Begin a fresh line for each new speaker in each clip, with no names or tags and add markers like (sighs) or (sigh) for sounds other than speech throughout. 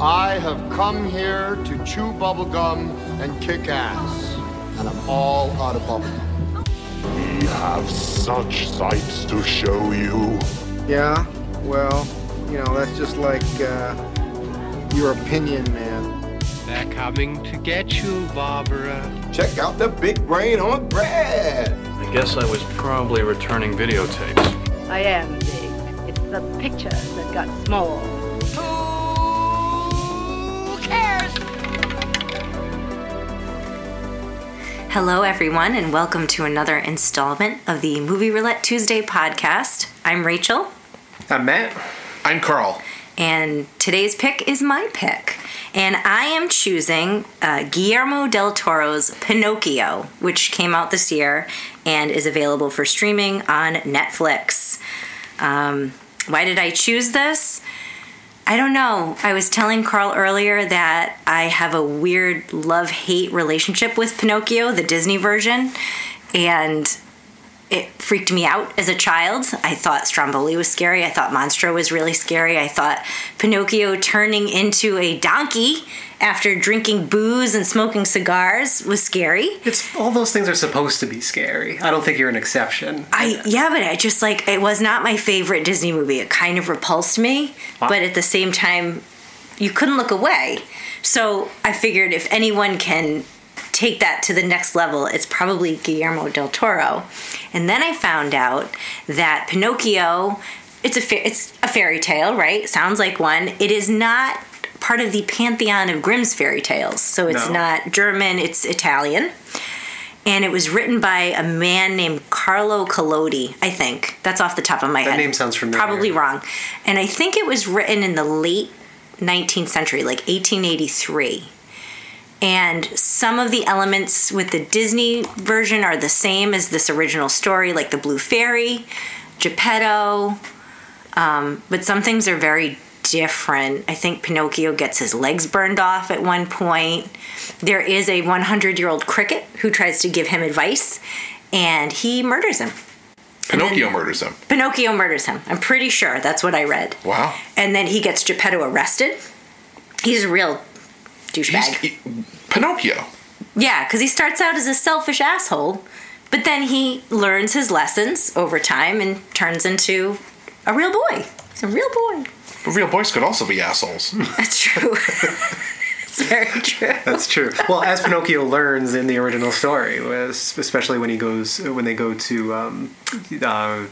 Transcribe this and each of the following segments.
I have come here to chew bubblegum and kick ass. And I'm all out of bubblegum.
We have such sights to show you.
Yeah, well, you know, that's just like uh, your opinion, man.
They're coming to get you, Barbara.
Check out the big brain on Brad.
I guess I was probably returning videotapes.
I am big. It's the pictures that got small.
Hello, everyone, and welcome to another installment of the Movie Roulette Tuesday podcast. I'm Rachel,
I'm Matt.
I'm Carl.
and today's pick is my pick. And I am choosing uh, Guillermo del Toro's Pinocchio, which came out this year and is available for streaming on Netflix. Um, why did I choose this? I don't know. I was telling Carl earlier that I have a weird love hate relationship with Pinocchio, the Disney version, and it freaked me out as a child. I thought Stromboli was scary. I thought Monstro was really scary. I thought Pinocchio turning into a donkey after drinking booze and smoking cigars was scary.
It's all those things are supposed to be scary. I don't think you're an exception.
I yeah, but I just like it was not my favorite Disney movie. It kind of repulsed me, but at the same time, you couldn't look away. So I figured if anyone can take that to the next level, it's probably Guillermo del Toro. And then I found out that Pinocchio, it's a fa- it's a fairy tale, right? Sounds like one. It is not part of the pantheon of Grimm's fairy tales, so it's
No.
not German. It's Italian and it was written by a man named Carlo Collodi, I think. That's off the top of my head.
name sounds familiar.
Probably wrong. And I think it was written in the late 19th century, like 1883. And some of the elements with the Disney version are the same as this original story, like the Blue Fairy, Geppetto, um, but some things are very different. I think Pinocchio gets his legs burned off at one point. There is a 100 year old cricket who tries to give him advice, and he murders him.
Pinocchio murders him.
Pinocchio murders him. I'm pretty sure that's what I read.
Wow.
And then he gets Geppetto arrested. He's a real douchebag.
He's, he- Pinocchio.
Yeah, because he starts out as a selfish asshole, but then he learns his lessons over time and turns into a real boy. He's a real
(laughs)
boy.
But real boys could also be assholes.
Hmm.
That's true. (laughs) it's very true.
That's true. Well, as Pinocchio learns in the original story, was- especially when he goes when they go to um, uh,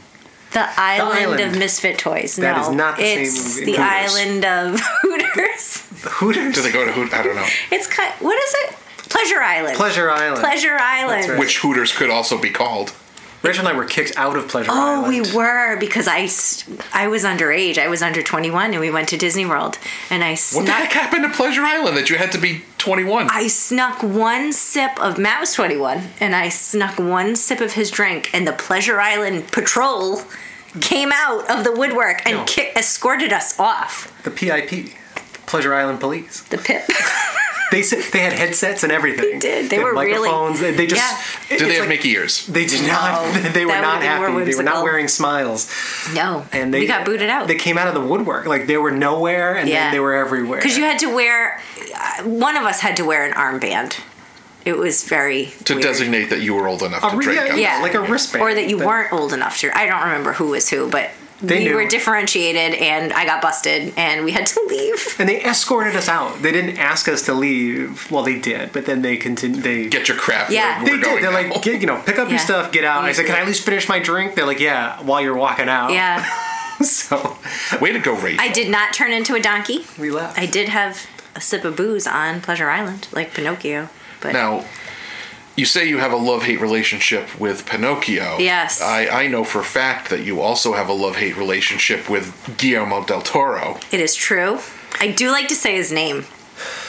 The island, of
island.
misfit toys. No,
That is not the same
it's
in
the
Hooters.
island of (laughs) Hooters.
Hooters
Do they go to Hoot? I don't know.
It's kind. What is it? Pleasure Island.
Pleasure Island.
Pleasure Island.
right.
Which Hooters could also be called.
Rachel and I were kicked out of Pleasure
Oh,
Island.
we were because I, s- I was underage. I was under twenty one, and we went to Disney World, and I
What
snuck.
the heck happened to Pleasure Island that you had to be 21?
I snuck one sip of Matt was 21, and I snuck one sip of his drink, and the Pleasure Island patrol came out of the woodwork and
No.
ki- escorted us off
The PIP, Pleasure Island Police.
the pit. (laughs)
They said they had headsets and everything.
They did. They
had
were really-
microphones. They- They just
Yeah.
it-
Did
it's
they have
like-
Mickey ears?
They did not. (laughs) They were
That
not
would've been more
happy. They were
whimsical.
not wearing smiles.
no,
And they
we got booted out.
They came out of the woodwork. Like they were nowhere, and
Yeah.
then they were everywhere.
because you had to wear uh, one of us had to wear an armband. It was very
To
weird.
designate that you were old enough to
re-
drink.
yeah,
it.
yeah,
like a wristband
or that you
that-
weren't old enough to. I don't remember who was who, but
They
we
knew.
were differentiated, and I got busted, and we had to (laughs) leave.
and they escorted us out. They didn't ask us to leave. Well, they did, but then they continued. They
Get your crap.
Yeah.
We're,
they
we're going
did. They're
now.
like, get, you know, pick up
Yeah.
your stuff, get out. I said,
Yeah.
can I at least finish my drink? They're like, yeah, while you're walking out.
Yeah.
(laughs) so
way to go, Rachel.
I did not turn into a donkey.
we left.
I did have a sip of booze on Pleasure Island, like Pinocchio. But
Now, you say you have a love hate relationship with Pinocchio.
Yes.
I, I know for a fact that you also have a love hate relationship with Guillermo del Toro.
it is true. I do like to say his name.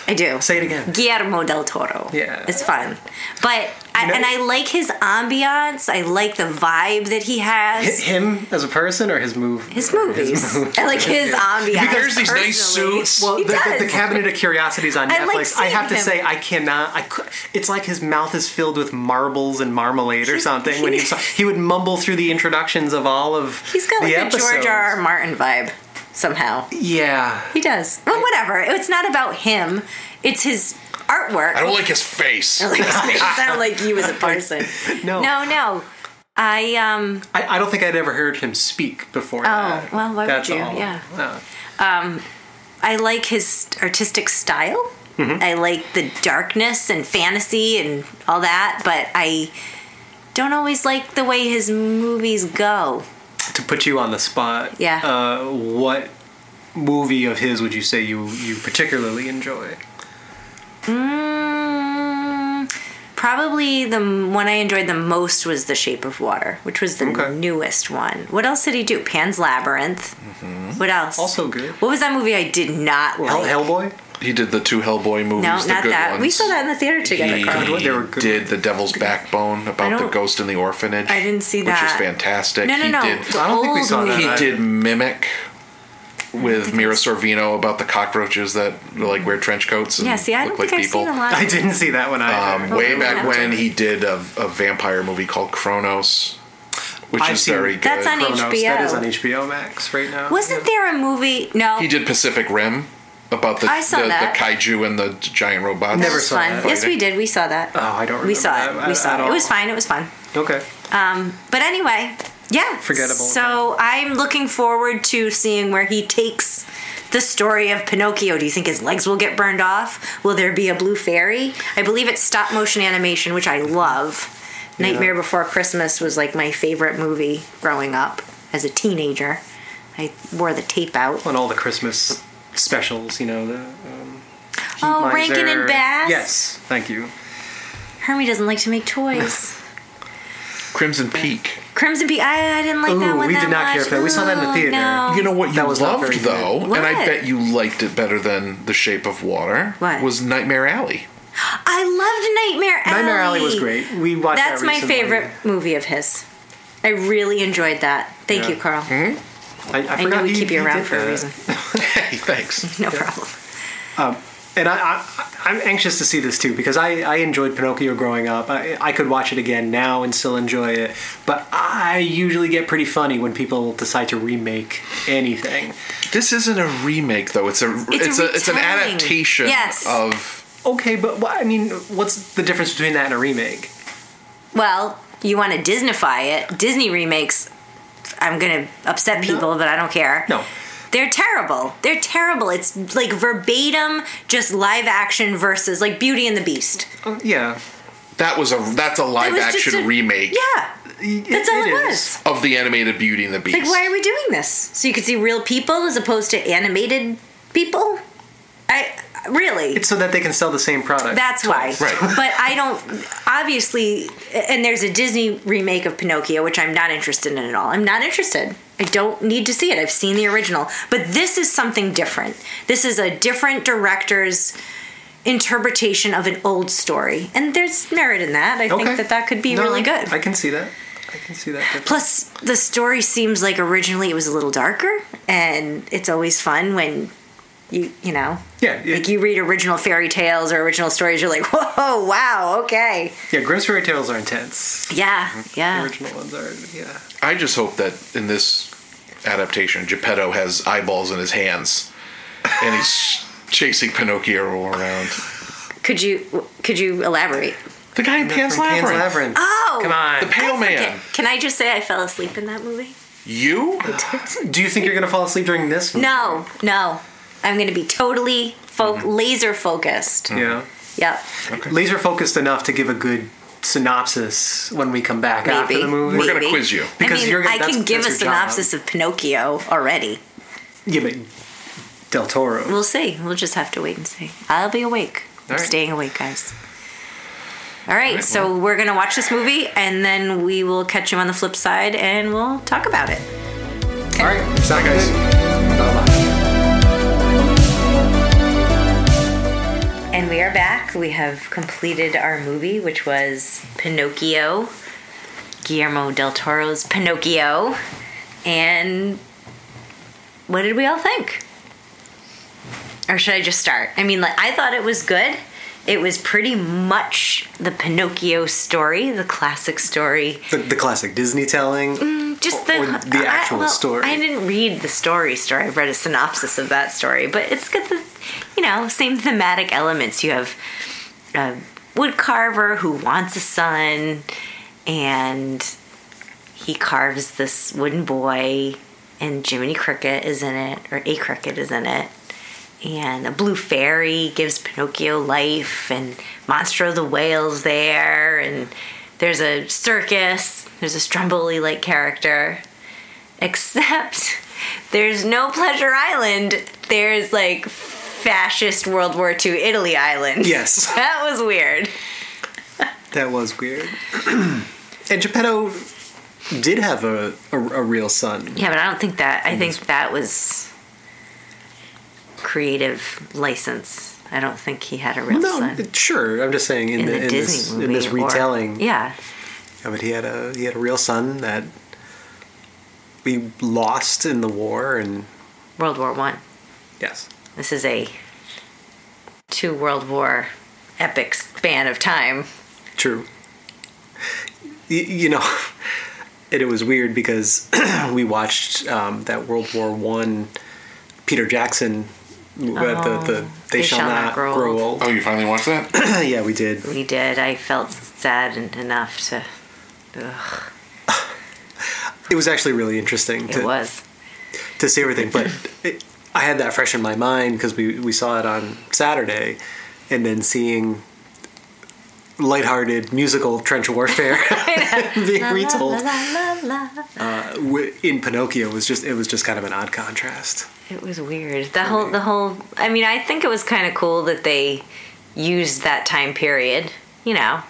I do.
Say it
(laughs)
again.
Guillermo del Toro.
Yeah.
It's fun. But, I,
You know-
and I like his ambiance. I like the vibe that he has.
Hit him as a person or his move?
His movies. I like his ambiance.
He wears these nice
personally.
suits.
Well,
he
the,
does.
the, the Cabinet of Curiosities on
I like
Netflix. I
seeing
have to
him.
say, I cannot. I cou- it's like his mouth is filled with marbles and marmalade or something. When he he would mumble through the introductions of all of
He's got
the
like a
episodes.
George R. R. Martin vibe. somehow.
Yeah.
He does. Well, whatever. It's not about him. It's his artwork.
I don't like his face.
I don't (laughs) like his face.
(laughs)
I don't like you as a person.
No.
No, no. I um
I, I don't think I'd ever heard him speak before. Oh, that.
well, why would
That's
you?
all.
Yeah.
Uh,
I like his artistic style.
Mm-hmm.
I like the darkness and fantasy and all that, but I don't always like the way his movies go.
to put you on the spot,
Yeah.
Uh, what movie of his would you say you you particularly enjoy?
Mm, probably the m- one I enjoyed the most was The Shape of Water, which was the
Okay.
newest one. What else did he do? Pan's Labyrinth.
Mm-hmm.
What else?
Also good.
What was that movie I did not
Hell,
like?
Hellboy.
He did the two Hellboy movies,
no,
the
not
good
that.
ones.
We saw that in the theater together,
He
Carl.
They were good.
did the Devil's Backbone
I
about the
don't-
ghost in the orphanage.
I didn't see
which was
that.
fantastic.
No, no,
he
no.
did.
The
I don't think we
old
saw that.
movie.
He
I-
did mimic with Mira Sorvino about the cockroaches that like wear trench coats and
Yeah, see, I don't
look
think
like
I've
people.
seen a
(laughs)
lot.
I didn't see that one either.
Um,
Oh,
way
I
back
have
when
to.
he did a, a vampire movie called Kronos, which
I've
is
seen-
very good.
That's on
Chronos, That
HBO.
is on HBO Max right now.
Wasn't there a movie? No.
he did Pacific Rim about the
I saw
the, the
that.
kaiju and the giant robots.
That
Never
was
saw
fun.
that.
Yes, we did. We saw that.
Oh, I don't
we
remember
saw
that
it.
at-
we saw
at
it. It was
all.
fine. It was fun.
Okay.
Um, but anyway, yeah.
Forgettable.
So I'm looking forward to seeing where he takes the story of Pinocchio. Do you think his legs will get burned off? Will there be a blue fairy? I believe it's stop motion animation, which I love. Nightmare Before Christmas was like my favorite movie growing up as a teenager. I wore the tape out.
On all the Christmas specials, you know the. Um, Heat
Oh, Rankin
Miser-
and Bass?
Yes, thank you.
Hermie doesn't like to make toys.
Crimson Peak.
Crimson Peak. I, I didn't like that
Ooh,
one.
we
that
did not
much.
care for that. We saw that in the
Oh,
theater.
no.
You know what you
That was not
loved
very good.
though, and I
What?
bet you liked it better than The Shape of Water.
What?
was Nightmare Alley? (laughs)
I loved Nightmare Alley.
Nightmare Alley was great. We watched.
That's
that
my
recently.
favorite movie of his. I really enjoyed that. Thank
Yeah.
you, Carl.
I, I,
I
forgot
know we
he-
keep you
he
around
did
for a
that.
reason. (laughs)
Hey, thanks.
No problem.
And I, I, I'm anxious to see this too because I, I enjoyed Pinocchio growing up. I, I could watch it again now and still enjoy it. But I usually get pretty funny when people decide to remake anything.
This isn't a remake though. It's a it's,
It's a
a, it's an
retelling.
adaptation
Yes.
of
Okay, but wha- I mean, what's the difference between that and a remake?
Well, you want to Disneyfy it. Disney remakes, I'm going to upset people, but I don't care.
No.
They're terrible. They're terrible. It's like verbatim, just live action versus like Beauty and the Beast.
Uh, yeah,
that was a that's a
That
live
was just
action
a-
remake
Yeah. That's all it,
is.
was.
of the animated Beauty and the Beast.
Like, why are we doing this? So you could see real people as opposed to animated people? I really.
It's so that they can sell the same product.
That's why.
Right.
But I don't obviously and there's a Disney remake of Pinocchio which I'm not interested in at all. I'm not interested. I don't need to see it. I've seen the original. But this is something different. This is a different director's interpretation of an old story. And there's merit in that. I
Okay.
think that that could be
No,
really
I-
good.
I can see that. I can see that. difference.
Plus, the story seems like originally it was a little darker, and it's always fun when you you know
Yeah, it-
like you read original fairy tales or original stories. You're like, (laughs) whoa, wow, okay,
yeah, Grimm's fairy tales are intense.
yeah,
The
yeah.
original ones are. Yeah.
I just hope that in this adaptation, Geppetto has eyeballs in his hands, and he's (laughs) chasing Pinocchio around.
Could you could you elaborate?
The guy in Pan's
From
Labyrinth.
Labyrinth.
Oh,
Come
The
on.
Pale Man.
Can I just say I fell asleep in that movie?
You?
(laughs) Do you think you're gonna fall asleep during this? movie?
No, no. I'm going to be totally fo-
Mm-hmm.
laser focused.
Yeah.
Yep.
Laser focused enough to give a good synopsis when we come back after
Maybe.
the movie.
We're gonna
Maybe.
quiz you.
Because
I mean,
you're gonna-
I
that's-
can give a
that's your job.
synopsis of Pinocchio already.
Yeah, but Del Toro.
We'll see. We'll just have to wait and see. I'll be awake. I'm
right.
staying awake, guys. All right, so we're going to watch this movie and then we will catch you on the flip side and we'll talk about it.
All right, sound guys.
And we are back. We have completed our movie, which was Pinocchio, Guillermo del Toro's Pinocchio. And what did we all think? Or should I just start? I mean, like I thought it was good. It was pretty much the Pinocchio story, the classic story.
The, the classic Disney telling.
Just the,
Or- or the actual
I, well,
story.
I didn't read the story story. I've read a synopsis of that story, but it's got the, you know, same thematic elements. You have a wood carver who wants a son, and he carves this wooden boy, and Jiminy Cricket is in it, or a cricket is in it. And a blue fairy gives Pinocchio life, and Monstro the whale's there, and there's a circus, there's a Stromboli like character. Except (laughs) there's no Pleasure Island, there's like fascist World War II Italy Island.
Yes.
(laughs) That was weird.
That was weird. and Geppetto did have a, a, a real son.
Yeah, but I don't think that. I think that was creative license. I don't think he had a real
no,
son
it- sure. I'm just saying in,
in
the,
the
in,
Disney
this,
movie.
in this
or-
retelling.
yeah,
Yeah, but he had a he had a real son that we lost in the war, and
World War One.
yes,
This is a two World War epic span of time.
true. Y- you know, (laughs) and it was weird because (clears throat) we watched um, that World War One Peter Jackson. uh, the,
Oh,
the they, shall, not, grow, old.
Oh, you finally watched that?
(clears throat) yeah, we did.
We did. I felt sad en- enough to. Ugh,
It was actually really interesting
it
to, (laughs)
was. (laughs)
to see everything. But it, I had that fresh in my mind because we, we saw it on Saturday, and then seeing lighthearted musical trench warfare (laughs) being
Uh-huh,
retold wi- in Pinocchio was just it was just kind of an odd contrast.
It was weird. The whole, the whole. I mean, I think it was kind of cool that they used that time period. You know,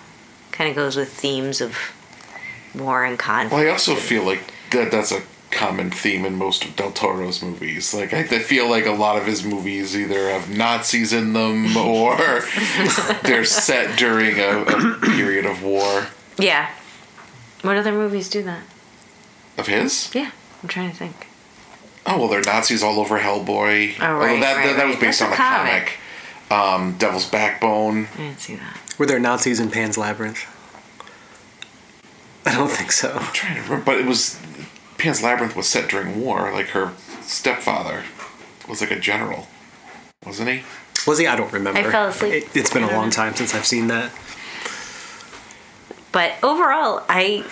kind of goes with themes of war and conflict.
Well, I also feel like that that's a common theme in most of Del Toro's movies. Like I, I feel like a lot of his movies either have Nazis
(laughs)
in them or they're set during a, a period of war.
Yeah. What other movies do that?
Of his?
Yeah, I'm trying to think.
Oh well, they're Nazis all over Hellboy.
Oh, right,
Although that,
right,
that, that was
right.
based
That's a
on a comic. Um, Devil's Backbone.
I didn't see that.
Were there Nazis in Pan's Labyrinth? I don't think so.
I'm trying to remember, but it was Pan's Labyrinth was set during war. Like her stepfather was like a general, wasn't he?
Was he? I don't remember.
I fell asleep.
It, it's been
I
a
don't
long
know.
time since I've seen that. (laughs)
But overall, I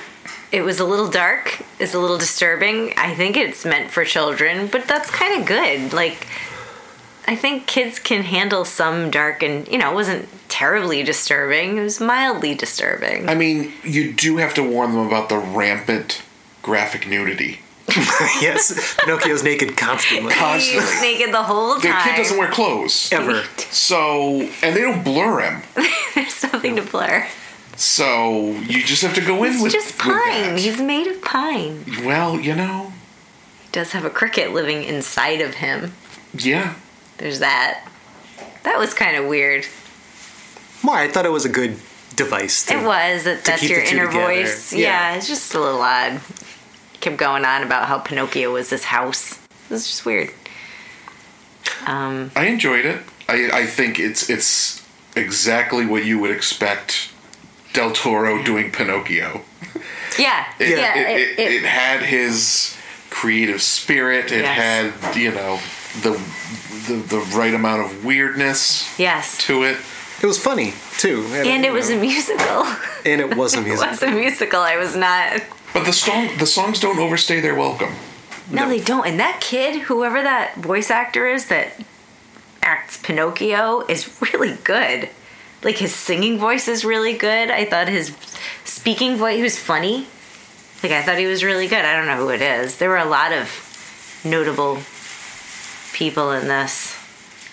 it was a little dark. It's a little disturbing. I think it's meant for children, but that's kind of good. Like I think kids can handle some dark and, you know, it wasn't terribly disturbing. It was mildly disturbing.
I mean, you do have to warn them about the rampant graphic nudity.
yes, Pinocchio's naked
(laughs)
constantly.
He was
Constantly.
naked the whole
Their
time.
kid doesn't wear clothes.
Ever.
(laughs)
So, and they don't blur him.
There's something to blur.
So, you just have to go in
He's
with
just pine.
with that.
He's made of pine. He
Well, you know,
does have a cricket living inside of him.
yeah.
There's that. That was kind of weird.
Why? I thought it was a good device. To,
It was that that's
keep
your
the two
inner
together.
voice.
Yeah.
Yeah. it's just a little odd. Kept going on about how Pinocchio was this house. It was just weird. Um,
I enjoyed it. I, I think it's it's exactly what you would expect Del Toro doing Pinocchio.
yeah,
It,
yeah,
it,
it,
it, it had his creative spirit. It
Yes.
had you know the, the the right amount of weirdness
yes,
to it.
It was funny too,
and it
you
was
know,
a musical. (laughs)
and it was a
it
music.
was a musical. I was not.
But the song the songs don't overstay their welcome.
No, they don't. And that kid, whoever that voice actor is that acts Pinocchio, is really good. Like his singing voice is really good. I thought his speaking voice, he was funny. Like I thought he was really good. I don't know who it is. There were a lot of notable people in this.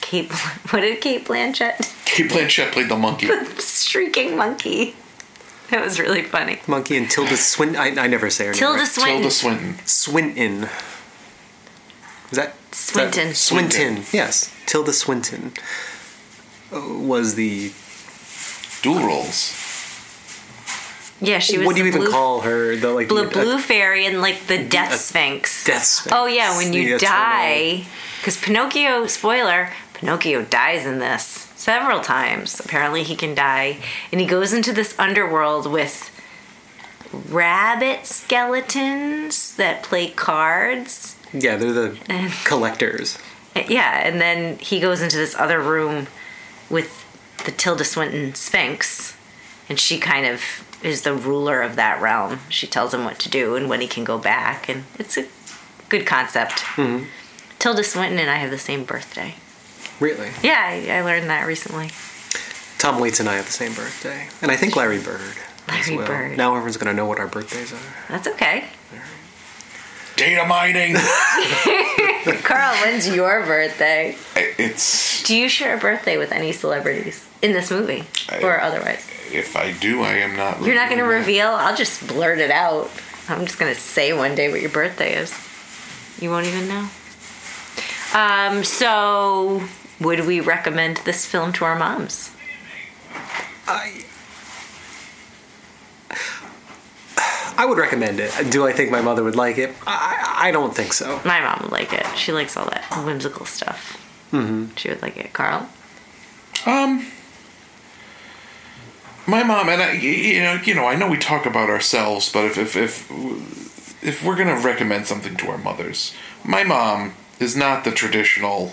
Kate, Bl- (laughs) what did Kate Blanchett?
Kate Blanchett played
(laughs)
the monkey.
Shrieking monkey. That was really funny.
Monkey and Tilda Swin. I, I never say her name.
Tilda
right.
Swinton.
Tilda Swinton.
Swinton. Is that is that-
Swinton.
Swinton. Yes, Tilda Swinton uh, was the.
Dual roles.
Yeah, she was.
what do you
the
even
blue-
call her? The like
Blue,
the- uh,
blue fairy and like the death
a
sphinx.
Death Sphinx.
Oh yeah, when
The
you
eternal-
die, because Pinocchio. Spoiler: Pinocchio dies in this, several times. Apparently, he can die. And he goes into this underworld with rabbit skeletons that play cards.
Yeah, they're
(laughs)
the collectors.
Yeah, and then he goes into this other room with the Tilda Swinton Sphinx, and she kind of is the ruler of that realm. She tells him what to do and when he can go back, and it's a good concept. Tilda Swinton and I have the same birthday.
Really?
Yeah, I, I learned that recently.
Tom Waits and I have the same birthday. And I think Larry Bird. as
Larry
well.
Bird.
Now everyone's going to know what our birthdays are.
That's okay. (laughs)
Data mining.
Carl, when's your birthday?
it's
Do you share a birthday with any celebrities in this movie or otherwise?
if I do, I am not.
You're not going to
revealing
reveal? I'll just blurt it out. I'm just going to say one day what your birthday is. You won't even know. Um, so, would we recommend this film to our moms?
I. (sighs) I would recommend it. Do I think my mother would like it? I, I don't think so.
My mom would like it. She likes all that whimsical stuff. Mm-hmm. She would like it. Carl?
Um, my mom and I, y- you know, you know, I know we talk about ourselves, but if if if, if we're gonna recommend something to our mothers, my mom is not the traditional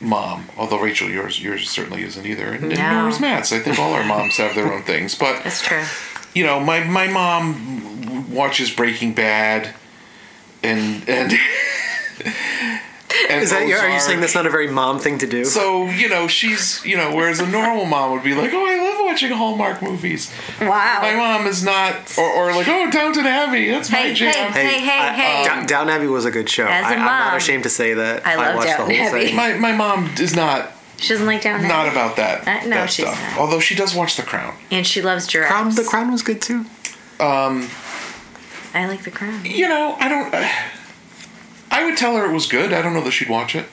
mom. Although Rachel, yours yours certainly isn't either, and, and
No.
nor is Matt's. I think all our moms have their own things, but
That's true.
you know, my my mom watches Breaking Bad, and and. and
Is that your, are you
Ozark.
saying that's not a very mom thing to do?
Oh, So, you know, she's, you know, whereas a normal mom would be like, oh, I love watching Hallmark movies. My
Wow.
mom is not, or, or like, oh, Downton Abbey, that's my
Oh. Hey,
jam.
hey, hey,
I- uh,
hey.
Down, Down Abbey was a good show.
As a
I, I'm
mom,
not ashamed to say that.
I love
watched
Downton
the whole
Abbey.
thing.
My, my mom is not,
She doesn't like down there.
not about that,
Uh, no,
that
she's
stuff.
not.
Although she does watch The Crown.
and she loves giraffes.
Crown, the Crown was good too. Um,
I like the crown.
You know, I don't, I would tell her it was good. I don't know that she'd watch it.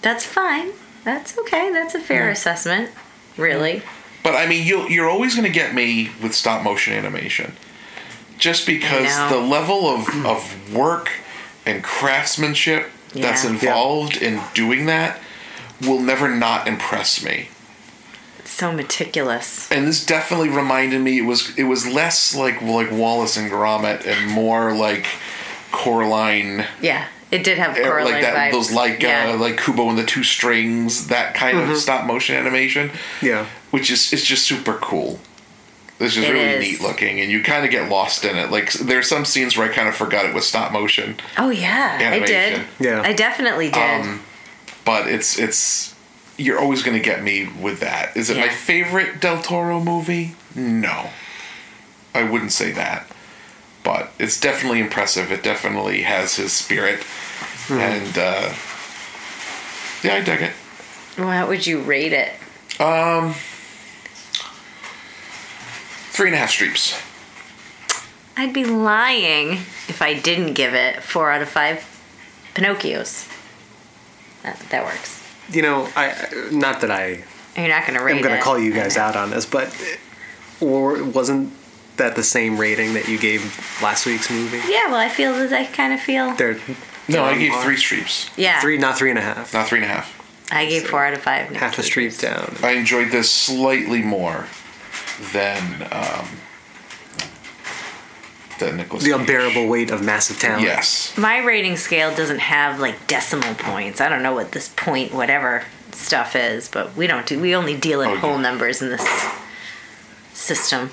That's fine. That's okay. That's a fair assessment. Really.
But I mean, you you're always going to get me with stop motion animation, just because
I know.
the level of of work and craftsmanship that's
Yeah.
involved in doing that will never not impress me.
It's so meticulous.
And this definitely reminded me it was it was less like like Wallace and Gromit and more like Coraline,
Yeah. It did have
or
Coraline
like that
vibes.
those like
yeah. Mm-hmm.
uh, like Kubo and the Two Strings that kind of stop motion animation
(laughs) Yeah.
which is it's just super cool. It's just
It
really
is.
neat looking, and you kind of get lost in it. Like there's some scenes where I kind of forgot it was stop motion,
oh yeah, I did.
Animation.
Yeah.
I definitely did.
Um, but it's it's you're always going to get me with that. Is it my
Yeah.
favorite Del Toro movie? No, I wouldn't say that. But it's definitely impressive. It definitely has his spirit, and uh, yeah, I dug it.
How would you rate it?
Three and a half streeps.
I'd be lying if I didn't give it four out of five Pinocchios. That, that works.
You know, I not that I
You're not gonna rate
am going
it.
to call you guys out on this, but or wasn't that the same rating that you gave last week's movie?
Yeah, well, I feel that I kind of feel.
They're
No, I
Down
gave
hard.
three streeps,
Yeah,
three, not three and a half,
not three and a half.
I gave four out of five.
half a street down.
I enjoyed this slightly more than um, than Nicholas.
The unbearable weight of massive talent.
Yes,
My rating scale doesn't have like decimal points. I don't know what this point whatever stuff is, but we don't do we only deal in
Oh,
whole
yeah.
numbers in this system.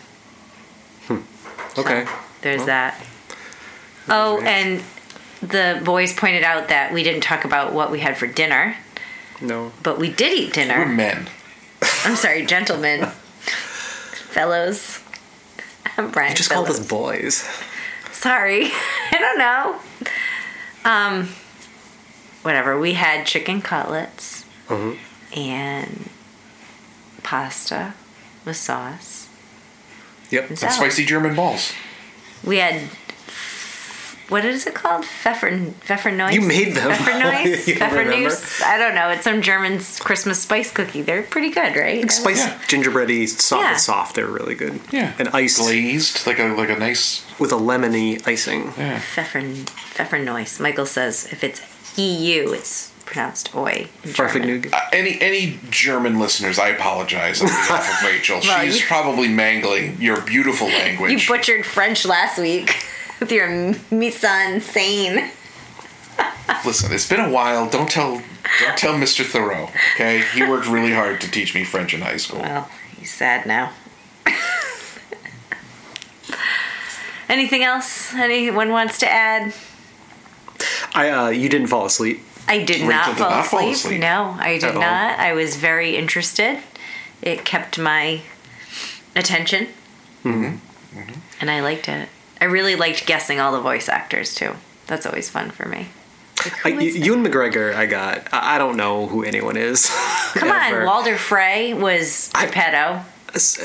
Okay.
There's that. Oh, and the boys pointed out that we didn't talk about what we had for dinner,
No.
but we did eat
we're
dinner.
men.
I'm
(laughs)
sorry, gentlemen. fellows. I'm Brian.
You just
fellows.
called us boys.
Sorry. (laughs) I don't know. Um, whatever. We had chicken cutlets
Mhm.
and pasta with sauce.
Yep.
and
And
salad.
spicy Oh, German balls.
We had what is it called? Pfeffern Pfeffernoise.
You made them. (laughs)
Pfeffernoise.
You don't remember?
Pfeffernuss? I don't know. It's some German Christmas spice cookie. They're pretty good, right?
Spice
Yeah.
gingerbready soft
Yeah.
soft. They're really good.
Yeah,
And iced
glazed like a like a nice.
with a lemony icing.
Yeah.
Pfeffern Pfeffernoise. Michael says if E it's EU, it's pronounced oi. in German.
Farfignugan.
Uh, any any German listeners, I apologize on
(laughs)
behalf of Rachel.
Well,
She's
you-
probably mangling your beautiful language.
You butchered French last week (laughs) with your misan sane.
Listen, it's been a while. Don't tell don't tell Mr. Thoreau. Okay, he worked really hard to teach me French in high school.
Uh,
Well, he's sad now. (laughs) Anything else anyone wants to add?
I, uh, you didn't fall asleep.
I did
Rachel
not,
did
fall,
not fall
asleep.
asleep.
No, I did
At all.
not. I was very interested. It kept my attention.
Mm-hmm.
And I liked it. I really liked guessing all the voice actors too. That's always fun for me. Like, who
I,
is that?
Ewan McGregor, I got. I, I don't know who anyone is. (laughs)
Come on,
ever.
Walter Frey was
I-
Geppetto
S-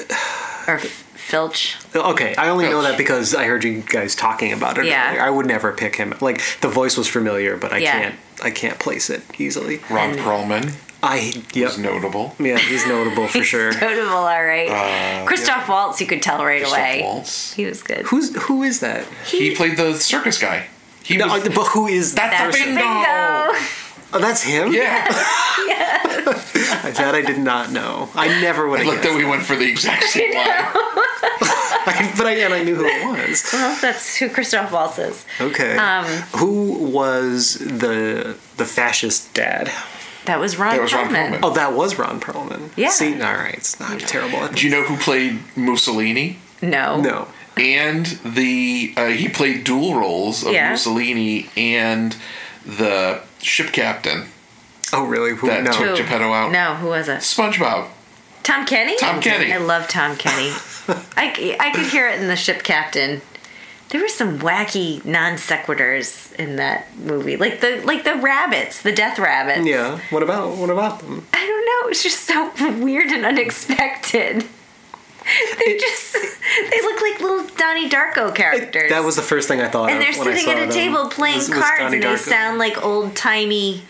or F- Filch.
Okay, I only know
Filch.
that because I heard you guys talking about it.
Yeah.
earlier. I would never pick him. Like the voice was familiar, but I
Yeah.
can't. I can't place it easily.
Ron Perlman
I yep.
was notable.
yeah, he's notable
(laughs)
for sure.
Notable, all right. Christoph Waltz, you could tell right
Uh, Christoph
away.
Waltz.
He was good.
Who's who is that?
He played the circus guy. He
No,
was.
I- but who is that?
that's a
That's
bingo.
bingo.
Oh, that's him.
(laughs)
(laughs)
Yeah,
that I did not know. I never would
I
have
looked
guessed.
that we went for the exact same line.
I- (laughs) but I, and I knew who it
(laughs)
was.
Well, that's who Christoph Waltz is.
Okay.
Um,
who was the the fascist dad?
That was Ron,
That was Ron
Perlman.
Perlman.
Oh, that was Ron Perlman.
Yeah.
See, all right, it's not terrible. at-
Do you know who played Mussolini?
No.
No.
and the uh, he played dual roles of
Yeah.
Mussolini and the ship captain
Oh, really? Who?
that
no.
took Geppetto out.
No, who was it?
SpongeBob.
Tom Kenny?
Tom Kenny.
I love
(laughs)
Tom Kenny. I, c- I could hear it in The Ship Captain. There were some wacky non sequiturs in that movie. Like the like the rabbits, the death rabbits.
Yeah. What about what about them?
I don't know. It was just so (laughs) weird and unexpected. (laughs) They just they look like little Donnie Darko characters.
That was the first thing I thought.
and
of
they're
Uh, when I
sitting
saw
at a
them,
table playing
was- was
cards,
Donnie
and they
Darko.
sound like old timey,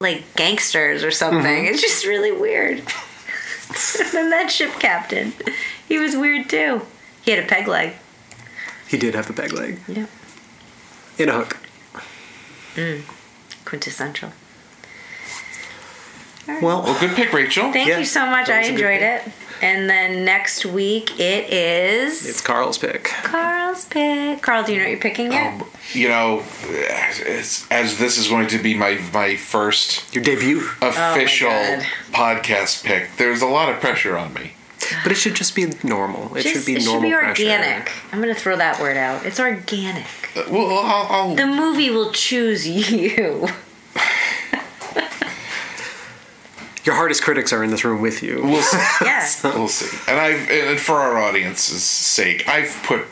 like gangsters or something.
Mm-hmm.
It's just really weird. (laughs) and then that ship captain, he was weird too. He had a peg leg.
He did have the peg leg
Yeah,
in a hook.
quintessential.
Well,
Well, good pick, Rachel.
Thank
Yeah,
you so much.
that
I
was a good
enjoyed
pick.
it. And then next week it is.
it's Carl's pick.
Carl's pick. Carl, do you know what you're picking yet?
Um, you know, as, as this is going to be my my first
Your debut,
official
God.
podcast pick, there's a lot of pressure on me.
but it should just be normal. Oh, It
Just-
should be normal pressure.
organic. I'm gonna throw that word out. It's organic.
Uh, Well, I'll, I'll
The movie will choose
(laughs)
(laughs) you.
Your hardest critics are in this room with you. (laughs)
we'll see.
Yeah.
We'll see. And I've and for our audience's sake, I've put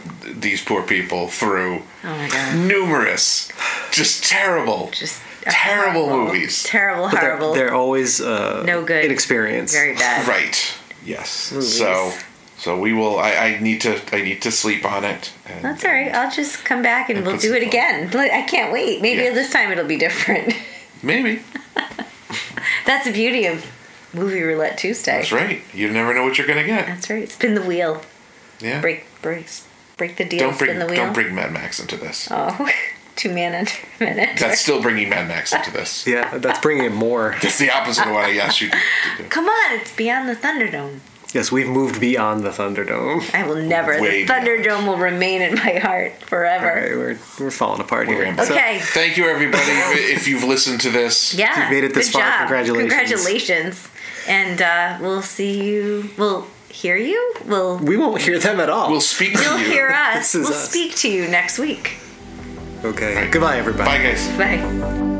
these poor people through
Oh my god.
numerous, just terrible,
Just
terrible
horrible,
movies.
Terrible,
But
horrible.
They're, they're always uh,
No good.
Inexperienced.
very bad.
right. Yes.
Movies.
So, so we will. I, I need to. I need to sleep on it. And,
That's all right. I'll just come back and
And
we'll
put
do
some
it
thought.
again. Look, I can't wait. Maybe
Yeah.
this time it'll be different. (laughs)
uh, Maybe
That's the beauty of movie roulette Tuesday.
that's right. You never know what you're gonna get.
That's right. Spin the wheel.
Yeah.
Break, breaks. Break the deal.
don't
spin
bring.
the wheel.
Don't bring Mad Max into this.
Oh, (laughs) two man under a minute.
That's still bringing Mad Max into this.
Yeah, that's bringing in more.
That's the opposite of what I asked you to to
(laughs) Come on, it's beyond the Thunderdome.
Yes, we've moved beyond the Thunderdome.
I will never.
Way
the
beyond.
Thunderdome will remain in my heart
All
forever.
right, we're, we're falling apart
do.
here.
Rambo.
So-
Okay.
Thank you, everybody,
(laughs)
if if you've listened to this.
Yeah.
You've made it this
good
far.
job.
Congratulations.
Congratulations. And uh, we'll see you. We'll hear you. We'll
we won't hear them at all.
We'll speak
(laughs)
to
you'll
you.
hear us.
This is
We'll
us.
speak to you next week.
okay.
Right.
Goodbye, everybody.
Bye, guys.
Bye.